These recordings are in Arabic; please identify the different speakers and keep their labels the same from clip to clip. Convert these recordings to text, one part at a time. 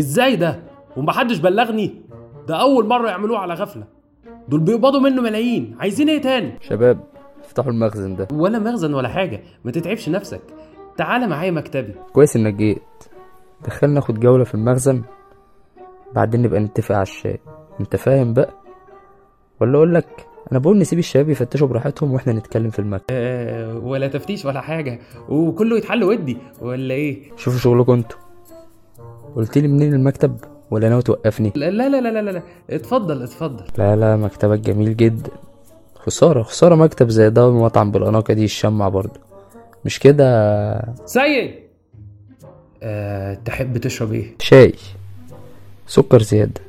Speaker 1: ازاي ده ومحدش بلغني ده اول مره يعملوه على غفله دول بيقبضوا منه ملايين عايزين ايه تاني
Speaker 2: شباب افتحوا المخزن ده
Speaker 1: ولا مخزن ولا حاجه ما تتعبش نفسك تعالى معايا مكتبي
Speaker 2: كويس انك جيت دخلنا ناخد جولة في المخزن بعدين نبقى نتفق على الشاي انت فاهم بقى ولا اقول لك انا بقول نسيب الشباب يفتشوا براحتهم واحنا نتكلم في المكتب
Speaker 1: آه، ولا تفتيش ولا حاجه وكله يتحل ودي ولا ايه
Speaker 2: شوفوا شغلكم انتوا قلت لي منين المكتب ولا ناوي توقفني
Speaker 1: لا لا لا لا لا, لا. اتفضل اتفضل
Speaker 2: لا لا مكتبك جميل جدا خسارة خسارة مكتب زي ده ومطعم بالأناقة دي يشمع برضه مش كده
Speaker 1: سيد أه تحب تشرب ايه
Speaker 2: شاي سكر زيادة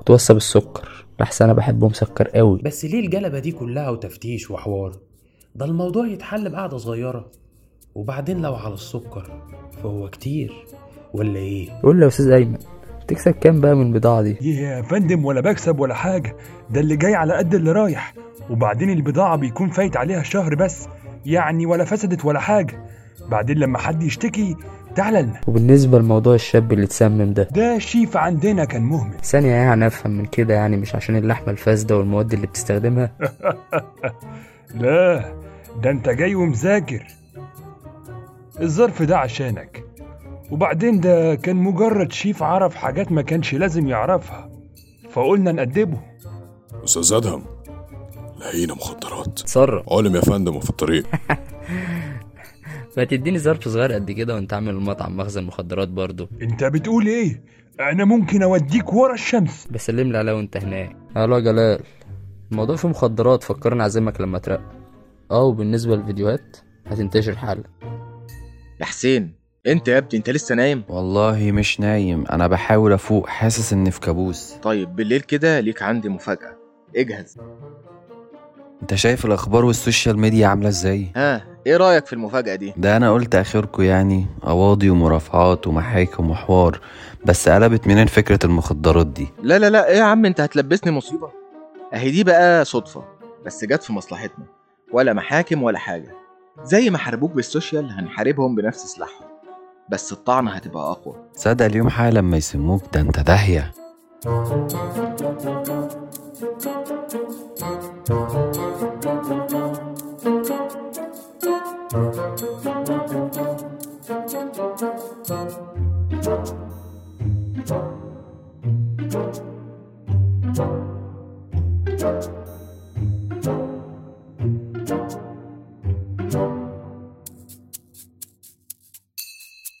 Speaker 2: وتوصى بالسكر لحسن انا بحبه مسكر قوي
Speaker 1: بس ليه الجلبه دي كلها وتفتيش وحوار ده الموضوع يتحل بقعده صغيره وبعدين لو على السكر فهو كتير ولا ايه
Speaker 2: قول لي يا استاذ ايمن تكسب كام بقى من البضاعة دي
Speaker 3: يا فندم ولا بكسب ولا حاجة ده اللي جاي على قد اللي رايح وبعدين البضاعة بيكون فايت عليها شهر بس يعني ولا فسدت ولا حاجة بعدين لما حد يشتكي تعالى لنا
Speaker 2: وبالنسبة لموضوع الشاب اللي اتسمم ده
Speaker 3: ده شيف عندنا كان مهمل
Speaker 2: ثانية يعني افهم من كده يعني مش عشان اللحمة الفاسدة والمواد اللي بتستخدمها
Speaker 3: لا ده انت جاي ومذاكر الظرف ده عشانك وبعدين ده كان مجرد شيف عرف حاجات ما كانش لازم يعرفها فقلنا نأدبه
Speaker 4: استاذ ادهم لقينا مخدرات
Speaker 2: اتصرف
Speaker 4: عالم يا فندم وفي الطريق
Speaker 2: ما تديني ظرف صغير قد كده وانت عامل المطعم مخزن مخدرات برضه
Speaker 3: انت بتقول ايه انا ممكن اوديك ورا الشمس
Speaker 2: بسلم لي عليها وانت هناك الو يا جلال الموضوع فيه مخدرات فكرني اعزمك لما ترقى اه وبالنسبة للفيديوهات هتنتشر حالا
Speaker 5: يا حسين انت يا ابني انت لسه نايم
Speaker 6: والله مش نايم انا بحاول افوق حاسس اني في كابوس
Speaker 5: طيب بالليل كده ليك عندي مفاجأة اجهز
Speaker 6: انت شايف الاخبار والسوشيال ميديا عامله ازاي
Speaker 5: ها ايه رأيك في المفاجأة دي
Speaker 6: ده انا قلت اخركم يعني قواضي ومرافعات ومحاكم وحوار بس قلبت منين فكره المخدرات دي
Speaker 5: لا لا لا ايه يا عم انت هتلبسني مصيبة اهي دي بقى صدفة بس جت في مصلحتنا ولا محاكم ولا حاجة زي ما حاربوك بالسوشيال هنحاربهم بنفس سلاحهم بس الطعنة هتبقى أقوى
Speaker 6: صدق اليوم حالا لما يسموك ده انت داهيه